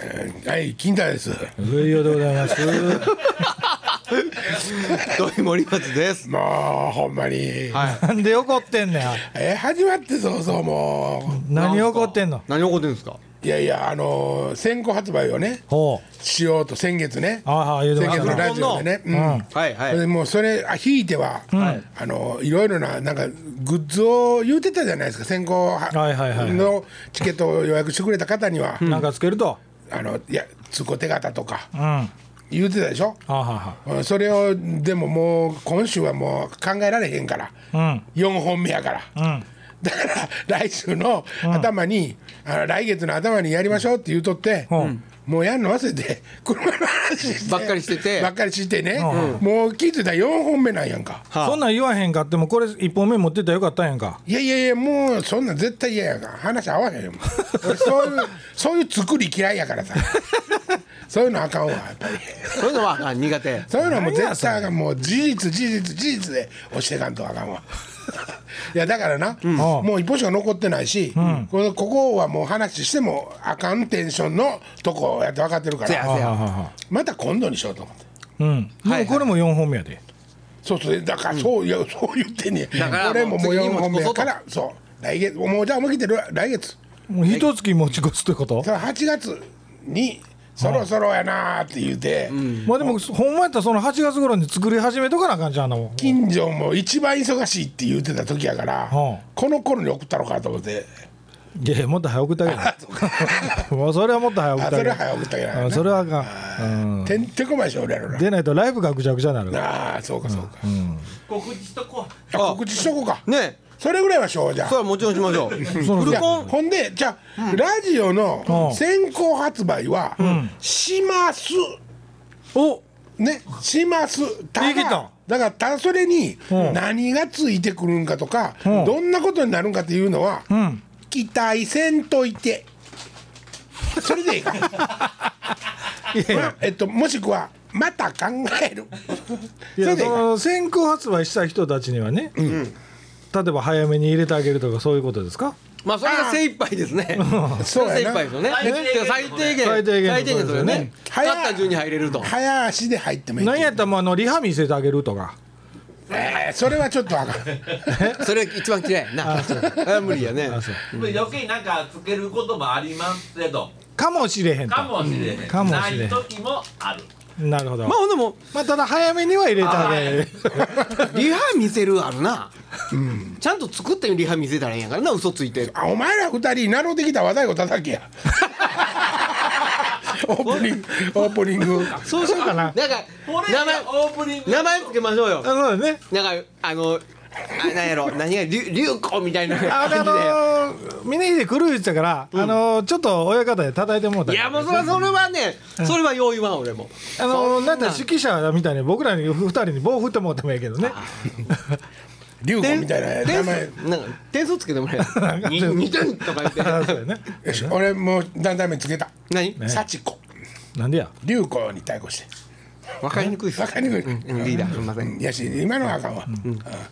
えーはい金太です上井でございます。土井森松です。もうほんまに、はい。なんで怒ってんねん。えー始まって早々も何怒ってんの。何怒ってんですか。ういやいやあのー先行発売をねほう。しようと先月ねああ、言うて先ま月したのな。ラジオでね、うんはいはそれでい。もうそれあひいては、んあのいろいろななんかグッズを言うてたじゃないですか先行は、はいはいはいのチケットを予約してくれた方には、なんかつけると。あのいや通行手形とかうん。は言うてたでしょあ、はあうんそれをでももう今週はもう考えられへんから、は4本目やから。あ。うん。だから来週の頭に、あの来月の頭にやりましょうって言うとって、うんもうやんの忘れて車の話してばっかりしててばっかりしてね、うもう聞いてたら4本目なんやんかうん。そんなん言わへんかっても、これ一本目持ってたらよかったんやんか。いやいやいやもうそんなん絶対嫌やから話合わへんよもう俺そういうそういう作り嫌いや からさそういうのあかんわやっぱりそういうのはあ苦手。そういうのはもう絶対あかんもう事実事実事実で押していかんとあかんわいやだからな、もう一歩しか残ってないし、これここはもう話してもあかんテンションのとこやって分かってるかせやらせはあ、はあや。はあ。また今度にしようと思ってうん。もはいうこれも四本目やで。そうそうだからそう、いやそう言ってんねだからん俺ももう次に4も本目やからそう来月もうじゃあ思い切って来月もう一月持ち越すってことそ。の8月にそろそろやなーって言うて、まあ、でも、ほんまやったら、その八月頃に作り始めとかなあかんじゃんあんなもん。近所も一番忙しいって言うてた時やから、うんこの頃に送ったのかと思って。いやいや、もっと早送ってあげる。 もうそれはもっと早送っあてあそれげるは。早送ったけうなんそれはあかん。うんてんてこまいしょ俺やろな出ないとライブがぐちゃぐちゃになる。ああそうかそうか、告知しとこうあ告知しとこうかね、それぐらいはしようじゃそれはもちろんしましょう。そうフじルゃコあン。ほんでじゃあ、ラジオの先行発売はします、お。ねしますたできだただからたそれにうん何がついてくるんかとか、んどんなことになるんかっていうのは、うん。期待せんといてそれでいいか、いやいやまあえっと、もしくはまた考えるいそれやでいいそかの先行発売した人たちにはね、例えば早めに入れてあげるとかそういうことですかまあそれが精一杯ですね。そうやな精一杯ですよね。最低限てか最低限最低限最低限それね。早勝いった順に入れると。早足で入ってもいい何やったらもうあのリハ見せてあげるとかえーそれはちょっとあかんそれ一番嫌いな。あ無理やね。余計なんかつけることもありますけどかもしれへんとかもしれへんかもしれへんない時もあるなるほど、まあまほんでもあ、ただ早めには入れてあげるリハ見せるあるな。ちゃんと作ったようにリハ見せたらいいんやからな嘘ついて。あお前ら二人なろうてきた和太鼓叩きやオープニングオープニングそうしようかなあなんかこれ名前オープニング名前つけましょうよ。そうだねなんかあのあなんやろ何が流流行みたいなあ感であじで。の峰秀来る言ってたから、あのちょっと親方で叩いてもうたいりやもうそれはそれはねそれは用意は俺も。あのなんだ指揮者みたいに僕らに二人に棒振ってもうてもいいけどね龍子点みたいな名点前数なんか点数つけても らえる。なんか二点とか言っ て。あそうやねよし俺もうだんだん目つけた何？幸子なんでや龍子に対抗してわかりにくいっすわ。かりにくい、うんリーダーすみません。いやし今のはあかんわ、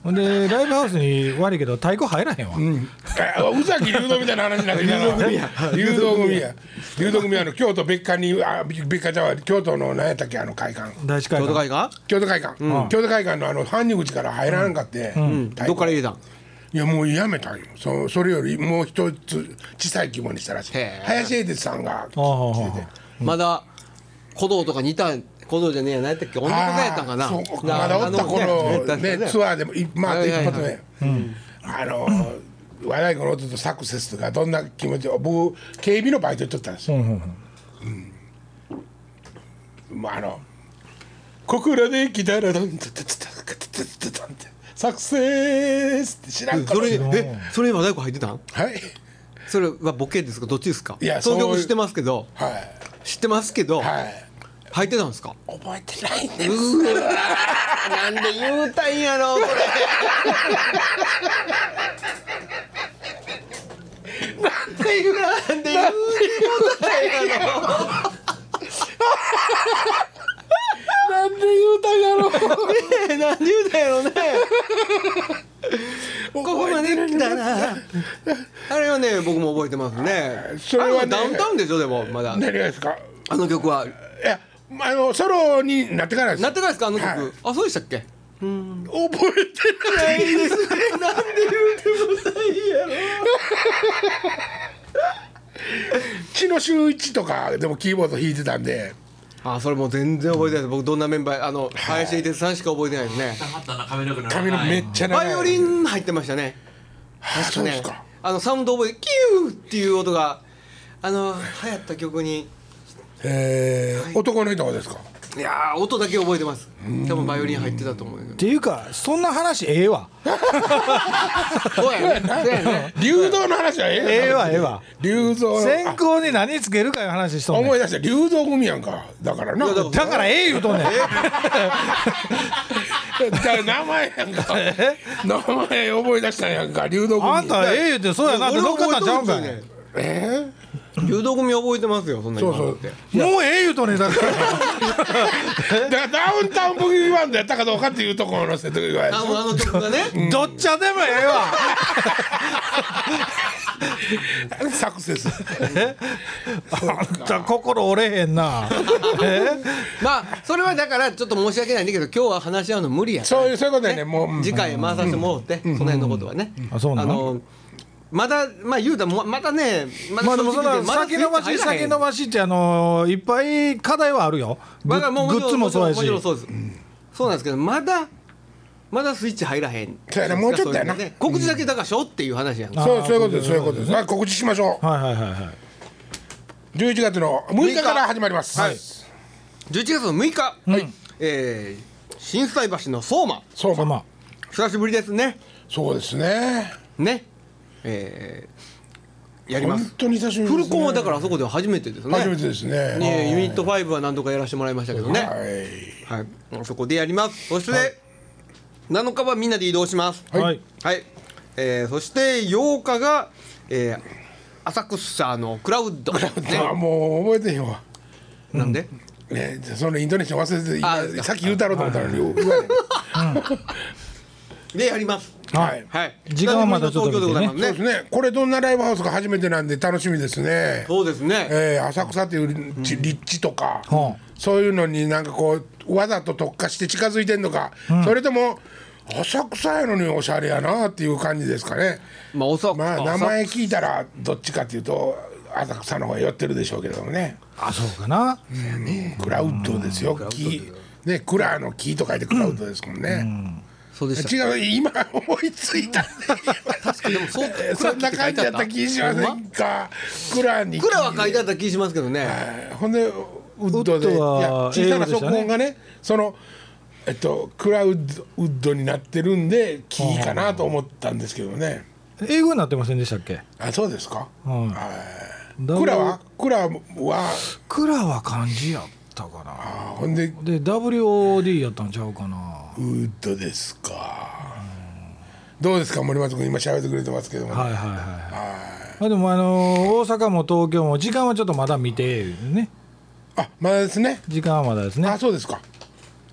ほんでライブハウスに悪いけど太鼓入らへんわ、 あ宇崎竜童みたいな話になってきたな竜童組や竜童組はあの京都別館にあ別館ちゃうわ京都の何やったっけあの会館大司会京都が会が？京都会館、京都会館のあの搬入口から入らんかって、太鼓どっから入れたん？いやもうやめたんよそそれよりもう一つ小さい規模にしたらしいへえ林英哲さんが来ああててまだ小道とか似た小道じゃねえや何やったっけ女の子がやったんかな。あーそうまだおった頃ねツアーでもいまあはい一はいはい発目あの和太鼓の音とサクセスとかどんな気持ちを僕警備のバイトやっとったんですよ、うんまああの「ここらで来たらドンタタタタタタタタンってサクセス」って知らんかそったれえそれ今大工入ってたん？はいそれはボケですかどっちですか？いやそのそう曲いう知ってますけどはい知ってますけどはい入ってたんですか？覚えてないんでうわなんで言うたんやろこれ。なんで言うなんで言うたんやろ。なんで言うたんやろねえ何言うたんやろね。ここまで来たな。あれはね僕も覚えてますね。そあれれははねダウンタウンでしょでもまだ何がですかあの曲はいやあのソロになってからですなってからですかあの曲、はいあそうでしたっけ覚えてないいいですねなんで言うてもないやろ木野周一とかでもキーボード弾いてたんであそれもう全然覚えてないです僕どんなメンバーあの林英哲さんしか覚えてないですねなかったな髪の毛の髪の毛めっちゃ長バいイオリン入ってましたねあそうですかあのサウンド覚えキューっていう音があの流行った曲にえー男の人がですかいやー音だけ覚えてます多分バイオリン入ってたと思うけどていうかそんな話ええわそうやねそうやね流動の話はええええわええわ流動先の行に何つけるかいう話しとんね思んい出した流動組やんかだからないやだかだからええ言うとんねんだから名前やんか名前覚え出したんやんか流動組あんたええ言うてそうやなって乗っかったんちゃうんかいねえ流動組覚えてますよそんなー、にそうそうもうええ言うとんねんだからだからダウンタウンブギーバンドやったかどうかっていうところの説明があもうあの曲がねどっちゃでもええわサクセスあんた心折れへんなえまあそれはだからちょっと申し訳ないんだけど今日は話し合うの無理やそういうそういうことやねもううん次回回させてもらって、その辺のことはね、あそうなののまだまあ言うたらもうまたねままあでもそのまだ先延ばし先延ばしってあのいっぱい課題はあるよグまだッもグうッズもそうやもちろんしそうです、そうなんですけどまだまだスイッチ入らへんそうやなもうちょっとやなそうですね告知だけだからしょっていう話やんか、そうそういうことですそういうことですはい告知しましょはいはいはいはいう11月の6日から始まりますはい11月の6日、えー、震災橋の相馬そうそかうまあ久しぶりですねそうですねねえー、やりま本す当に久しぶりフでルすねコンはだからあそこでは初めてですね初めてですねね、ユニット5は何度かやらせてもらいましたけどね、はいはい、そこでやりますそして、7日はみんなで移動しますはいはいはい、えーそして8日が、えー浅草のクラウドあね、もう覚えてへんわなんでねじゃあそのインドネシア忘れてあ今さっき言うたろうと思ったのによく言われるでやりますはいはい時間はまだちょっと見てね東京でございますそうねですねこれどんなライブハウスか初めてなんで楽しみですねそうですね、えー浅草っていうち立地とか、うんそういうのになんかこうわざと特化して近づいてんのか、それとも浅草やのにおしゃれやなっていう感じですかねまあおそまあ名浅前聞いたらどっちかっていうと浅草の方が寄ってるでしょうけどもねあそうかなクラウドですよ木ねクラーの木と書いてクラウドですもんね、そうでした違う今思いついたんで 確かでもそうえーそんな感じやった気しませんかクラーに木クラは書いてあった気しますけどね、ほんでウッドでウッドはいや小さな英語でしたね速音がねそのえっとクラウドウッドになってるんでキーかなと思ったんですけどね英語になってませんでしたっけあそうですかうんクラはクラはクラは漢字やったかなあほんでで WOD やったんちゃうかなウッドですかどうですか森松君今喋ってくれてますけども、はいはいはいはいあでもあのー大阪も東京も時間はちょっとまだ見てねあまだですね時間はまだですねあそうですか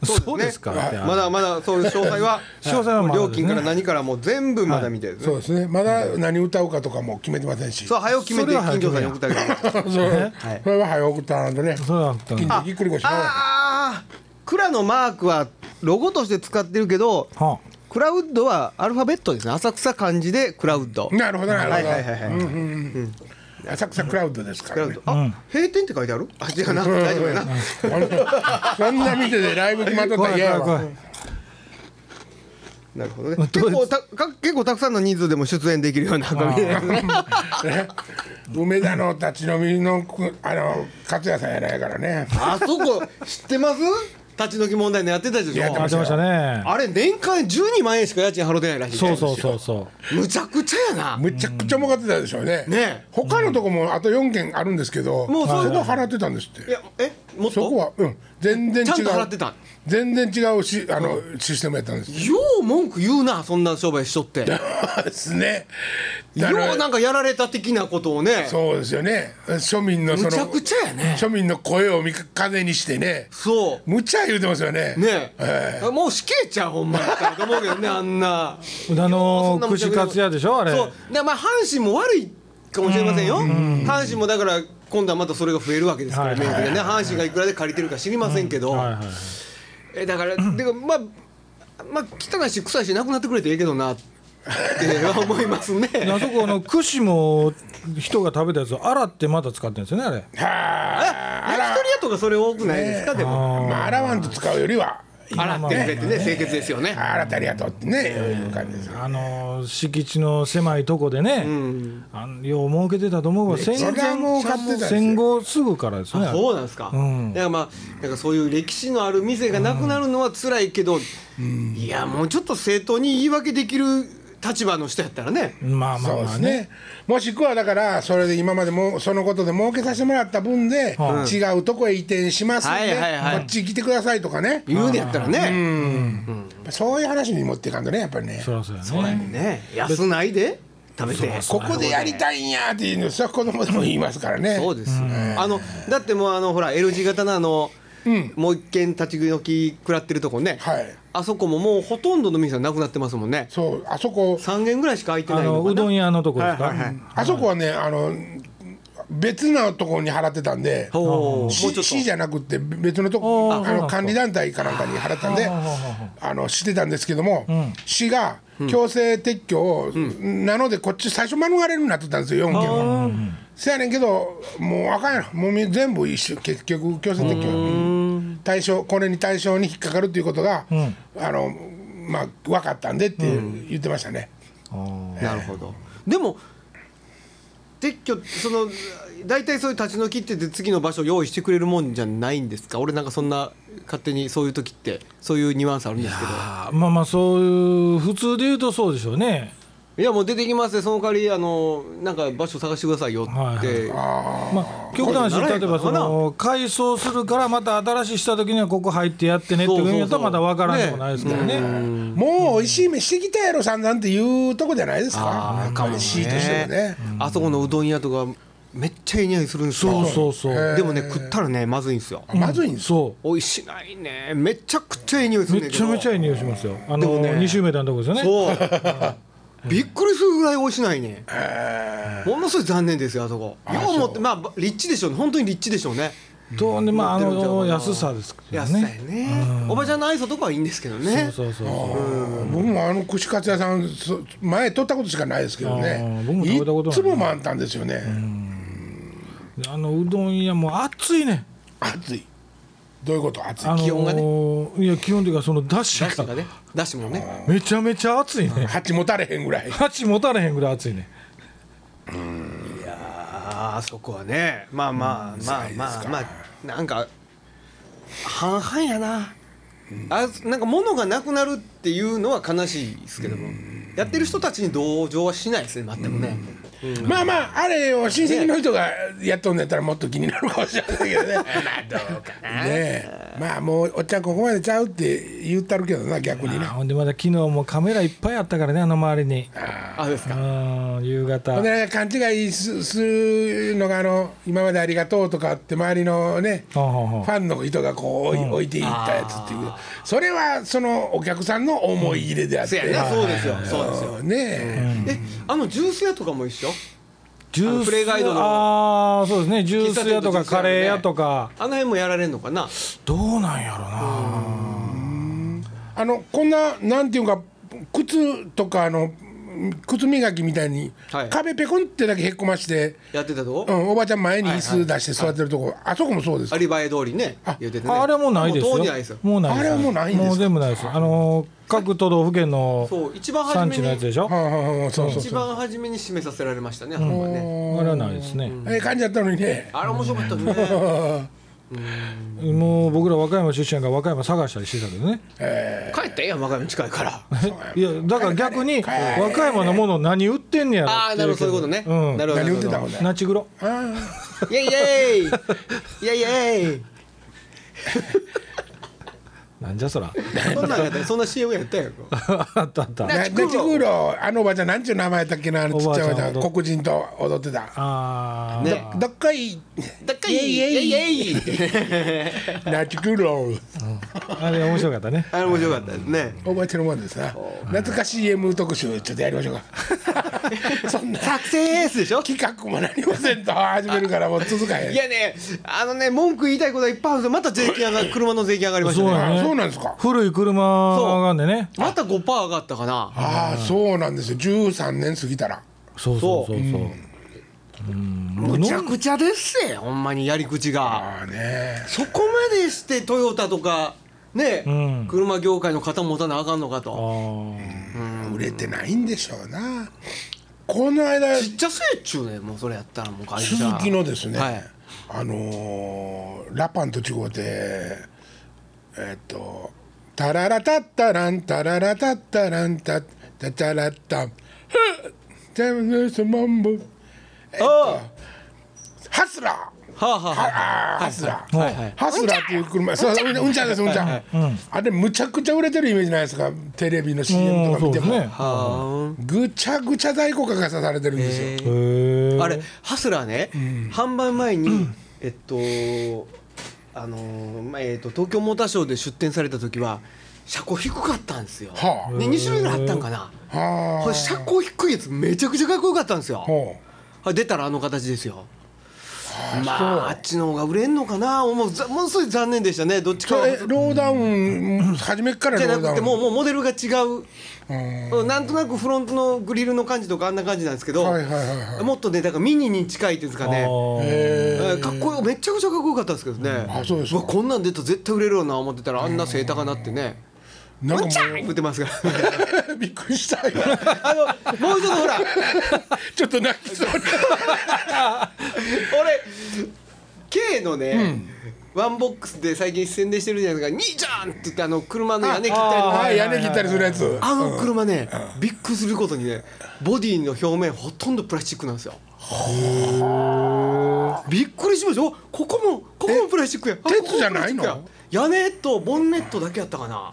そうですかってあのまだまだそういう詳細は 詳細はまだですね料金から何からもう全部まだみたいですね、そうですねまだ何歌うかとかも決めてませんしそう早起き決めて金城さんに送ったりとかそうそれは早送ったんでねそうだったん近だ所ぎっくり腰のああ蔵のマークはロゴとして使ってるけどはクラウッドはアルファベットですね浅草漢字でクラウッドなるほどなるほはいど、はいはいはい、浅草クラウドですかクラらウッねドあ、閉店って書いてある あ違うな大丈夫やなそんな見ててライブ決まっとあった怖らい嫌や怖い怖わいなるほどねどう結構たか結構たくさんの人数でも出演できるような紙ですねね梅田の立ち飲みのくあの勝也さんやないからね あそこ知ってます立ち退き問題のやってたでしやってやまょってましたねあれ年間12万円しか家賃払ってないらしいそうそうそうそうむちゃくちゃやなむちゃくちゃ儲かってたでしょうねねえ他のとこもあと4軒あるんですけど、もうそうそこ払ってたんですっいてやえもっとそこはうん全然違うちゃんと払ってた全然違うしあのシステムやったんですよよう文句言うなそんな商売しとってよですねだからうなんかやられた的なことをねそうですよね庶民のそのむちゃくちゃやね庶民の声を見か風にしてねそ無茶言うてますよねうねええ、もう死刑ちゃうほんまやったらと 思うけどねあんなあのそんなーむち串ゃくちゃカツ屋でしょあれそうでまあ阪神も悪いかもしれませんよ、阪神もだから今度はまたそれが増えるわけですから、はい名義がね阪神がいくらで借りてるか知りませんけど、はいはいはいえだからでかまあまあ汚いし臭いしなくなってくれていいけどなっては思いますね あそこあの串も人が食べたやつを洗ってまた使ってるんですよねあれはあ焼き鳥屋とかそれ多くないですか、であらもまあ洗わんと使うよりは洗ってくれてね清潔ですよね洗ってありがとうってねいう感じですあの敷地の狭いとこでね、あのよう儲けてたと思うわ戦そりゃ儲かってたですよ戦後すぐからですねあそうなんですか、うんだからまあなんかそういう歴史のある店がなくなるのは辛いけど、いやもうちょっと正当に言い訳できる立場の人やったらね、まあそまあうでまあすねねもしくはだからそれで今までもそのことで儲けさせてもらった分ではい違うとこへ移転しますんはいではいはいこっち来てくださいとかね言うのやったらね、そういう話に持っていかんとねやっぱりねそりゃそうやねそうやね安ないで食べてここでやりたいんやっていうのそれは子供でも言いますからねそうですよ、あのだってもうあのほら L 字型のあの、もう一軒立ち退き食らってるとこね、はいあそこももうほとんどの店はなくなってますもんねそうあそこ3軒ぐらいしか開いてなあいののうかなどん屋のとこですか、はいはいはいあそこはねあの別のところに払ってたんでほうもうちょっと市市じゃなくて別のとおこーあそうなんのですか管理団体かなんかに払ったんではあはあはあのしてたんですけども、市が強制撤去を、なのでこっち最初免れるようになってたんですよ4件は。せやねんけどもうあかんやろもうみ全部一緒結局強制撤去うん対象これに対象に引っかかるということが、あのまあ分かったんでって言ってましたね。なるほど。でも撤去その大体そういう立ち退きってて次の場所用意してくれるもんじゃないんですか。俺なんかそんな勝手にそういう時ってそういうニュアンスあるんですけど。あまあまあそういう普通で言うとそうでしょうねいやもう出てきますねその代わりあのなんか場所探してくださいよって。まあ極端にこれなら例へんえばその改装するからまた新しいした時にはここ入ってやってねってそうそうそういうのとまだわからんでもないですからねもう美味しい飯してきたやろさんなんていうとこじゃないですか。やっぱり市としてもね。あそこのうどん屋とかめっちゃいい匂いするんですよ。そうそうそうでもね食ったらねまずいんですよ。まずいんですよ。そ美味しないね。めちゃくちゃいい匂いすうるんめだけちゃど。めちゃいい匂いしますよあのでもね2周目のとこですよねそう。 びっくりするぐらい美味しないね。ものすごい残念ですよあそこ。よう思ってまあ立地でしょうね。本当に立地でしょうね。とねまああ持ってるんちゃうかのな安さですけど安いねね。おばちゃんの愛想とかはいいんですけどね。そうそうそう僕もあの串カツ屋さんそ前取ったことしかないですけどあねー僕も食べたことないつも満タンですよね、であのうどん屋もう暑いね暑いどういうこと暑いあのー気温がいや気温というかそのダッシだしュとかがね。だしもね。めちゃめちゃ暑いね鉢持たれへんぐらい鉢持たれへんぐらい暑いねああそこはね。まあまあまあまあまあなんか半々やな。あなんか物がなくなるっていうのは悲しいですけども。やってる人たちに同情はしないですね全くね。まあまああれを親戚の人がやっとんのやったらもっと気になるかもしれないけ どねまあどうかなねえまあもうおっちゃんここまでちゃうって言ったるけどな逆にあーなほんでまだ昨日もカメラいっぱいあったからねあの周りにあそうですうか。ん夕ほ方んでなんか勘違いすするのがあの今までありがとうとかって周りのねほうほうほうファンの人がこう置い置いていったやつっていうそれはそのお客さんの思い入れであっそて、うやね。そうですよ。そうですよ。ねえ、えあのジュース屋とかも一緒ジューあスのプレイガイドのああそうですねジュー喫茶ス店屋ととかかカレー屋とかあの辺もやられんのかなどうなんやろうなあのこんななんていうか靴とかあの靴磨きみたいに、はい壁ペコンってだけへっこまして、やってたとうこん、おばちゃん前に椅子出して座ってるとこ、あそこもそうですアリバイ通りね言ってたねああれはもうないですもよう当時ないですよもうないあれはもうないんですかもう全部ないですあのー各都道府県のそう一番初産め地のやつでにしょはあはあはあそうそう一番初めに締めさせられましたねあれはねあれはないですねええ感じだったのにねあれ面白かったね もう僕ら和歌山出身やから和歌山探したりしてたけどね帰ったらええやん和歌山近いからいやだから逆に和歌山のもの何売ってんねやろああっなているほどそういうことねうんなるほど何言ってたもんねねナチグロイエイエイイエイエイなんじゃそら そんなんやったよそんな CM やったやろあったあったナチクーロあのおばちゃんなんちゅう名前やったっけなあのちっちゃいおばちゃんおばあちゃん黒人と踊ってたああねどどっこいだっかいイエイイエエイイエイナチクーロあれ面白かったねあれ面白かったですね覚えてるもんですな懐かしい M 特集ちょっとやりましょうかそんな作成エースでしょ企画も何もせんと始めるからもう続かへんいやねあのね文句言いたいことはいっぱいあるんですよまた税金上が車の税金上がりましたそうねやねあそうなんですか古い車がんでねまた5%上がったかなああそうなんですよ13年過ぎたらそうそうそうそう、むちゃくちゃですよほんまにやり口がああねそこまでしてトヨタとかね、うん車業界の肩持たなあかんのかとあ売れてないんでしょうなこの間ちっちゃせえっちゅうねんもうそれやったらもう会社鈴木のですね、はいあのーラパンと違うてえっと「タララタッタランタララタッタランタタタラッタン」「ジャムスモンボ」ああ「ハスラー」はあはあはあーハスラー、はいはいハスラーっていう車そううんうんちゃんですうんちゃん、あれむちゃくちゃ売れてるイメージないですかテレビの CM とあかそう見でてすも、ねあはぐちゃぐちゃ在庫化がされてるんですよ、あへーあれハスラーね、販売前に、えっとあのーまあえっと東京モーターショーで出展された時は車高低かったんですよ、はあで2種類ぐらいあったんかなはあこれ車高低いやつめちゃくちゃかっこよかったんですよほうあ出たらあの形ですよまああっちの方が売れんのかなもうざものすごい残念でしたねどっちかそはれローダウン、初めっからじロゃなーダウくンてもうもうモデルが違ううんなんとなくフロントのグリルの感じとかあんな感じなんですけど、はいはいはいはいもっとねだからミニに近いっていうんですかねえーかっこよめっちゃくちゃかっこよかったんですけどねあそうですかわこんなん出たら絶対売れるよな思ってたらあんな背高なってねなうんん ちかゃーいも言ってますからうびっくりした今あのもうちょっとほらちょっと泣きそう俺 K のね、ワンボックスで最近宣伝してるじゃないですか「兄ちゃん!」って言ってあの車の屋根切ったりとなかはい屋根切ったりするやつあの車ね、びっくりすることにねボディの表面ほとんどプラスチックなんですよびっくりしましたおここもここもプラスチックやあ鉄ここもじゃないのプラスチックや屋根とボンネットだけやったかな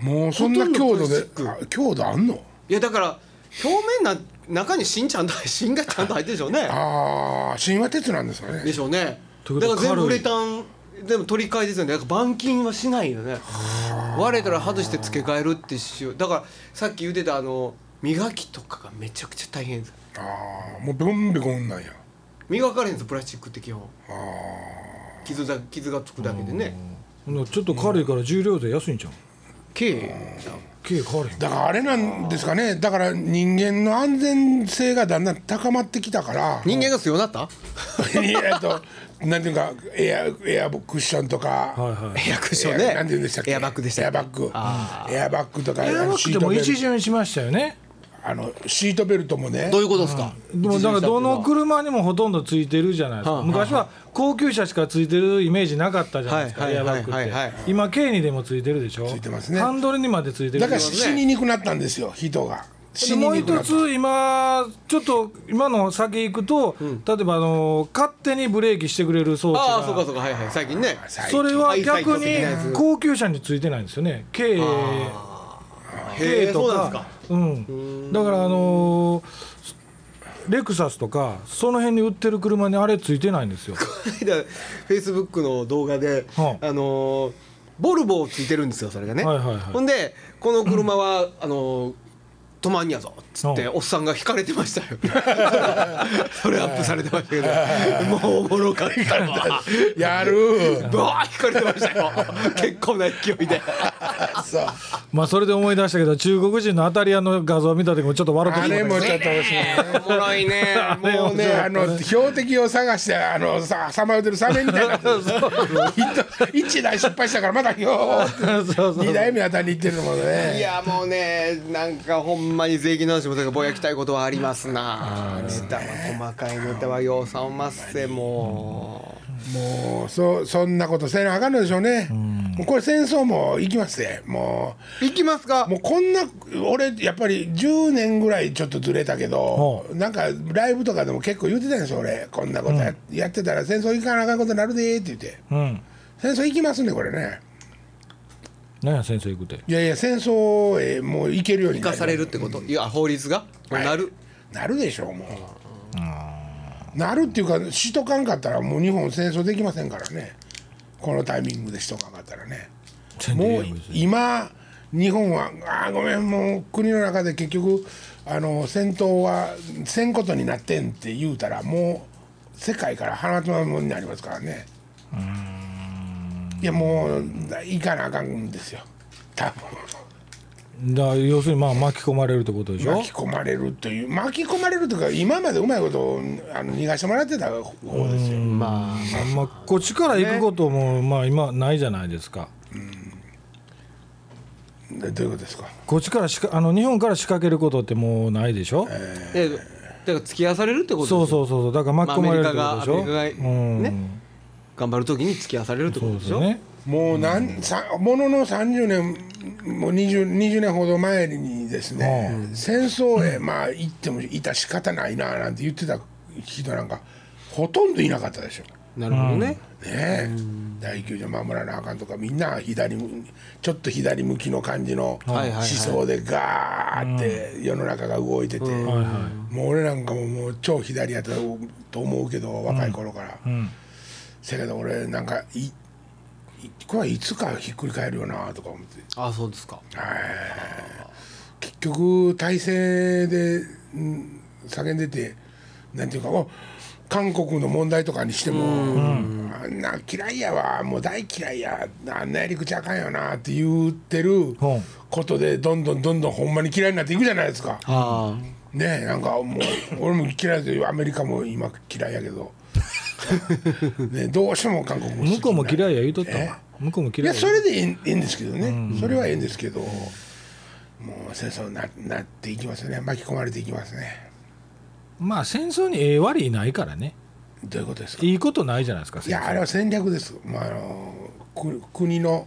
もうそんな強度でほとんどプラスチあ強度あんのいやだから表面な中に芯ちゃんと 芯がちゃんと入ってるでしょうねああ神話鉄なんですかでねしょうねというだこかとはら全部ウレタンでも取り替えですよねだから板金はしないよね割れたら外して付け替えるってしようだからさっき言ってたあの磨きとかがめちゃくちゃ大変ですああもうビコンビコンなんや磨かれへんですプラスチックって基本傷だ傷がつくだけでねうんちょっと軽いから重量税安いんちゃう軽軽軽いだからあれなんですかねだから人間の安全性がだんだん高まってきたから人間が強なった えっとなんていうかエアエアクッションとか、はいはいエアクッションエねアなんて言うんでしたっけエアバッグでしたエアバッグあエアバッグとかエアバッグでもベル一巡しましたよねあのシートベルトもねどういうことですかでもだからどの車にもほとんどついてるじゃないですかはあはあ昔は高級車しかついてるイメージなかったじゃないですかはいエはアバいはいッグはいはいって今軽にでもついてるでしょついてますねハンドルにまでついてるだかでらしょ死ににくなったんですよ人が死でにもうにくな一ったつ今ちょっと今の先行くと、例えばあの勝手にブレーキしてくれる装置ああそうかがそうかはいはい最近ねそれは逆最近最近に高級車についてないんですよね軽へえとそうなんですかうん、だからあのーレクサスとかその辺に売ってる車にあれついてないんですよ。この間フェイスブックの動画で、はああのーボルボをついてるんですよそれがね、はいはいはいほんでこの車は、 あのー止まんやぞっつって、はおっさんが引かれてましたよ それアップされてました けどもうおもろかったわやる ぶわー引かれてましたよ結構な勢い でそうまあそれで思い出したけど中国人のアタリアの画像を見た時もちょっと笑ってあしまいれまもしちょっと欲しいねおもろ いねももううねねあの標的を探してあのささまよってるサメみたいな 一台失敗したからまだよた。そうそう二台目あたりに行ってるのもいねやもうねなんかほんまに税金の話もだからぼやきたいことはありますなネタは細かいネタはようさんまっせももうそそんなことせなあかんのでしょうねもうこれ戦争も行きますねもうういきますかもうこんな俺やっぱり10年ぐらいちょっとずれたけどほなんかライブとかでも結構言ってたんですよ俺こんなことや,、やってたら戦争行かなあかんことになるでーって言ってうん。戦争行きますねこれね何や先生行くて。いやいや戦争へもう行けるように生なかされるってこといや法律がはいなるなるでしょうもうなるっていうかしとかんかったらもう日本戦争できませんからねこのタイミングでしとかんかったらね全然いもいうよ別に今日本はあーごめんもう国の中で結局あの戦闘はせんことになってんって言うたらもう世界から放つものになりますからねいやもう行かなあかんんですよ多分だから要するにまあ巻き込まれるってことでしょ巻き込まれるという巻き込まれるというか今までうまいことあの逃がしてもらってた方ですよまあまあ、こっちから行くことも、まあ今ないじゃないですかでどういうことですかこっちからしかあの日本から仕掛けることってもうないでしょ、でだから付き合わされるってことですそようそうそうそうだから巻き込まれるってことでしょ、まあアメリカがアメリカがね頑張るときに付き合わされるってこうんとそうででしすょよもねうなん、さものの30年もう 20, 20年ほど前にですね、戦争へまあ行ってもいた仕方ないななんて言ってた人なんかほとんどいなかったでしょ。なるほどね、ねえ大球場守らなあかんとかみんな左むちょっと左向きの感じのはいはい思はい想でガーって世の中が動いてて、はいはいもう俺なんかももう超左やったと思うけど若い頃から、んせやけど俺なんかいいこれはいつかひっくり返るよなとか思ってああそうですか結局体制で、うん、叫んでてなんていうかお韓国の問題とかにしてもあんな嫌いやわもう大嫌いやあんなやり口あかんよなって言ってるうんことでどんどんどんどんほんまに嫌いになっていくじゃないですか。あねえなんかもう俺も嫌いだけどアメリカも今嫌いやけど、ね、どうしても韓国も好き向こうも嫌いや言うとったえわ向こうもい嫌いややそれでいいいいんですけどね、それはいいんですけどもう戦争にななっていきますね巻き込まれていきますねまあ戦争にええ悪いないからねどういうことですかいいいことないじゃないですか戦やあ争れは戦略です、まあ、あのく国の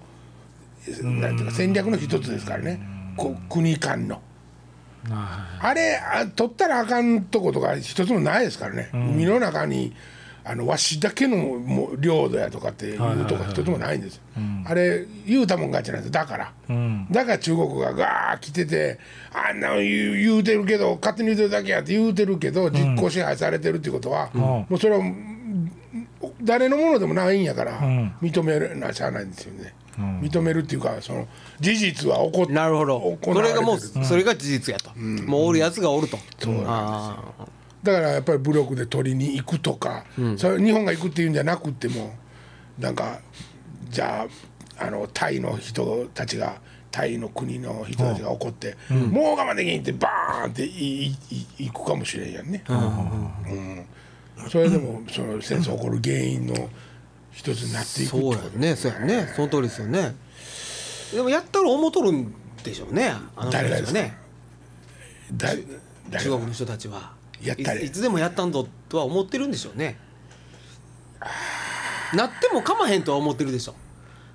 なんていうか戦略の一つですからねこ国間のああれあ取ったらあかんとことか一つもないですからね、海の中にあのわしだけのもう領土やとかっていうとか一つもないんですよ、あれ言うたもん勝ちなんですよだから、んだから中国がガーッ来ててあんなの言う言うてるけど勝手に言うてるだけやって言うてるけど実効支配されてるっていうことは、もうそれはうん誰のものでもないんやから、ん認めるなしゃあないんですよね、認めるっていうかその事実は起こっあなるほど行わそれてれるがもうそれが事実やと、もうおるやつがおるとそうなんですよああだからやっぱり武力で取りに行くとか、それ日本が行くっていうんじゃなくてもなんかじゃああのタイの人たちがタイの国の人たちが怒って、もう我慢できんってバーンっていいい行くかもしれんやんね、うんそれでもその戦争起こる原因の一つになっていくってそうこやとねそうやねその通りですよねでもやったら思うとるんでしょうねあの人誰がたでちすはかねだだ中国の人たちはやったれいいつでもやったんぞとは思ってるんでしょうねなってもかまへんとは思ってるでしょ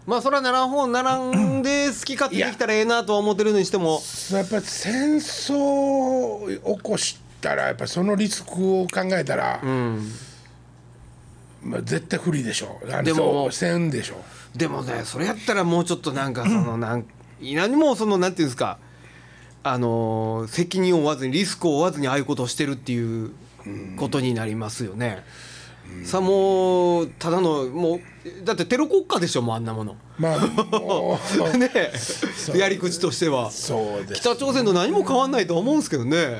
まあそれはならん方ならんで好き勝手できたらええなとは思ってるにしてもやっぱり戦争を起こしたらやっぱそのリスクを考えたら、うんまあ、絶対不利でしょうあのでもそうせんでしょうでもねそれやったらもうちょっとなんかそのなん何もそのなんていうんですかあのー責任を負わずにリスクを負わずにああいうことをしてるっていうことになりますよね。さあもうただのもうだってテロ国家でしょもうあんなもの。ま あもうねやり口としてはそうです北朝鮮と何も変わんないとは思うんですけどね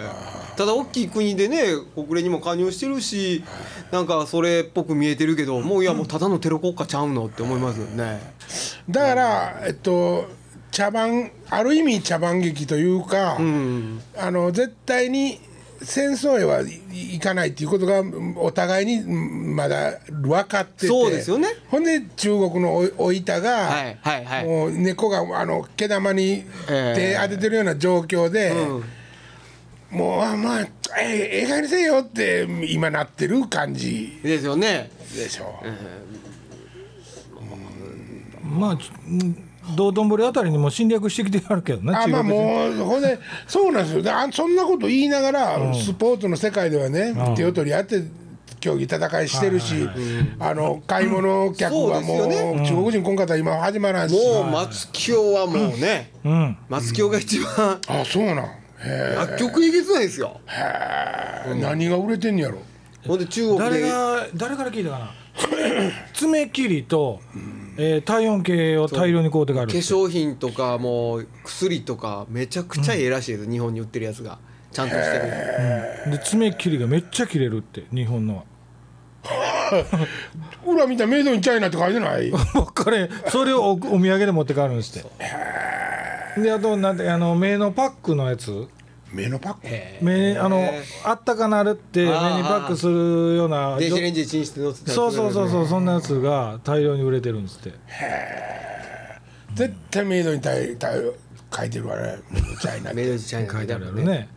ただ大きい国でね国連にも加入してるしなんかそれっぽく見えてるけどもういやもうただのテロ国家ちゃうのって思いますよね。だからえっと茶番ある意味茶番劇というか、あの絶対に戦争へはいいかないっていうことがうんお互いにうんまだ分かっててそうですよねほんで中国のおいおいたが、はいはいはいもう猫があの毛玉にええ手当ててるような状況で、もうあまあええええ加減にせえよって今なってる感じですよね。でしょう。ーまあちうん道頓堀あたりにも侵略してきてあるけどねあ中まあ国人もうほんでそうなんですよであそんなこと言いながら、スポーツの世界ではね、手を取り合って競技戦いしてるし、あの買い物客はもう,、そうですよ中国人今回は今始まらんし、もう松清はもうね、ん松清が一番あそうなんへえ、楽曲いけてないですよ。へえ何が売れてんやろほんで中国誰でが誰から聞いたかな爪切りとえー体温計を大量に買うてがある化って粧品とかもう薬とかめちゃくちゃええらしいです、日本に売ってるやつがちゃんとしてるで爪切りがめっちゃ切れるって日本のは 裏見たらメイドインチャイナって書いてない分かれへんそれをおお土産で持って帰るんですってであとなんてあの目のパックのやつ目のパック目あのあったかなるって目にあーパックするような電子レンジでチンして乗ってたやつそうそうそうそうそんなやつが大量に売れてるんですって絶対メイドインチャイナ書いてるわねメイドインチャイナっメイてドインチャイナ書いてあるやろねね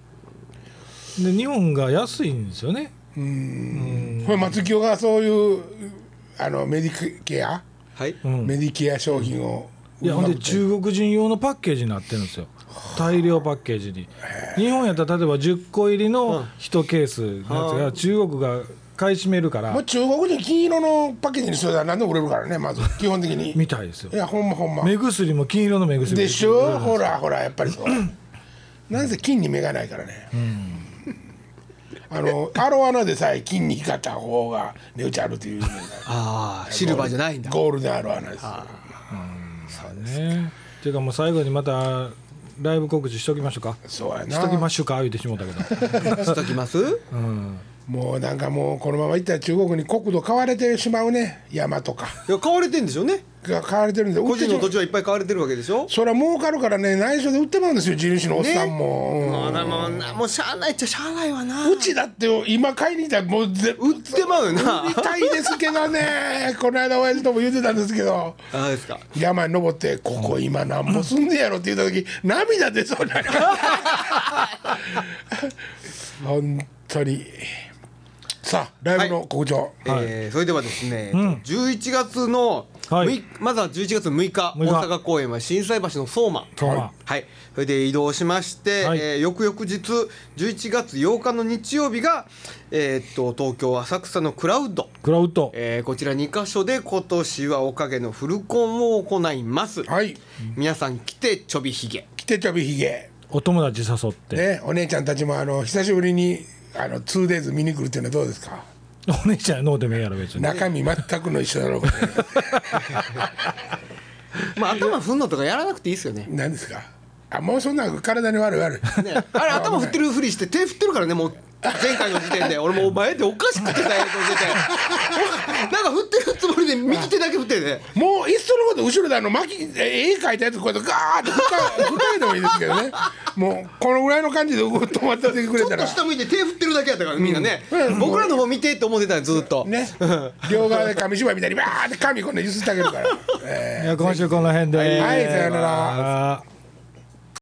で日本が安いんですよねこれ松清がそういうあのメディケア、はい、メディケア商品をいやほんでうまく中国人用のパッケージになってるんですよ大量パッケージに日本やったら例えば10個入りの1ケースのやつが中国が買い占めるからもう中国人金色のパッケージにすれば何でも売れるからねまず基本的にみたいですよいやほんまほんま目薬も金色の目薬でしょほらほらやっぱり そうなんせ金に目がないからね、あのアロアナでさえ金に光った方が値打ちあるというああシルバーじゃないんだゴールデンアロアナですよねっていうかもう最後にまたライブ告知しときましょうかそうやなしときましょうか言うてしもうたけ どしときますもうなんかもうこのままいったら中国に国土買われてしまうね山とかいや買われてんでしょうねが買われてるんで売っ個人のてしまう土地はいっぱい買われてるわけでしょそれは儲かるからね内緒で売ってまうんですよ地主のおっさんも、うんまあなもうなもうしゃあないっちゃしゃあないわなうちだって今買いに行ったらもうぜ売ってまうよな売りたいですけど ねこの間親父とも言ってたんですけどああですか山に登って「ここ今なんぼすんねやろ」って言った時涙出そうになり ました本当にさあライブの告知を、えーそれではですね、11月のはいむいまずは11月6日6日大阪公演は震災橋の相馬相馬はい、それで移動しまして、はいえー翌々日11月8日の日曜日が、えーっと東京浅草のクラウド、クラウトえーこちら2カ所で今年はおかげのフルコンを行います、はい皆さん来てちょびひげ「来てちょびひげお友達誘っ」て、ねお姉ちゃんたちもあの久しぶりにあの 2days 見に来るっていうのはどうですかお姉ちゃんのうでもええやろ別に中身全くの一緒だろうから ねまあ頭振んのとかやらなくていいですよね何ですかあもうそんな体に悪い悪 い、ねあれ頭振ってるふりして手振ってるからねもう前回の時点で俺もうお前っておかしくてさ映像出てなんか振ってるつもりで右手だけ振ってねもういっそのこと後ろであの巻き絵描いたやつこうやってガーッと二重でもいいですけどねもうこのぐらいの感じで止まっててくちれょったとら下向いて手振ってるだけやったからみんなね、うん僕らの方見てって思ってたよずっと、ね両側で紙 芝居みたいにバーって紙こんなゆすってあげるから、えいや今週この辺ではいさよならら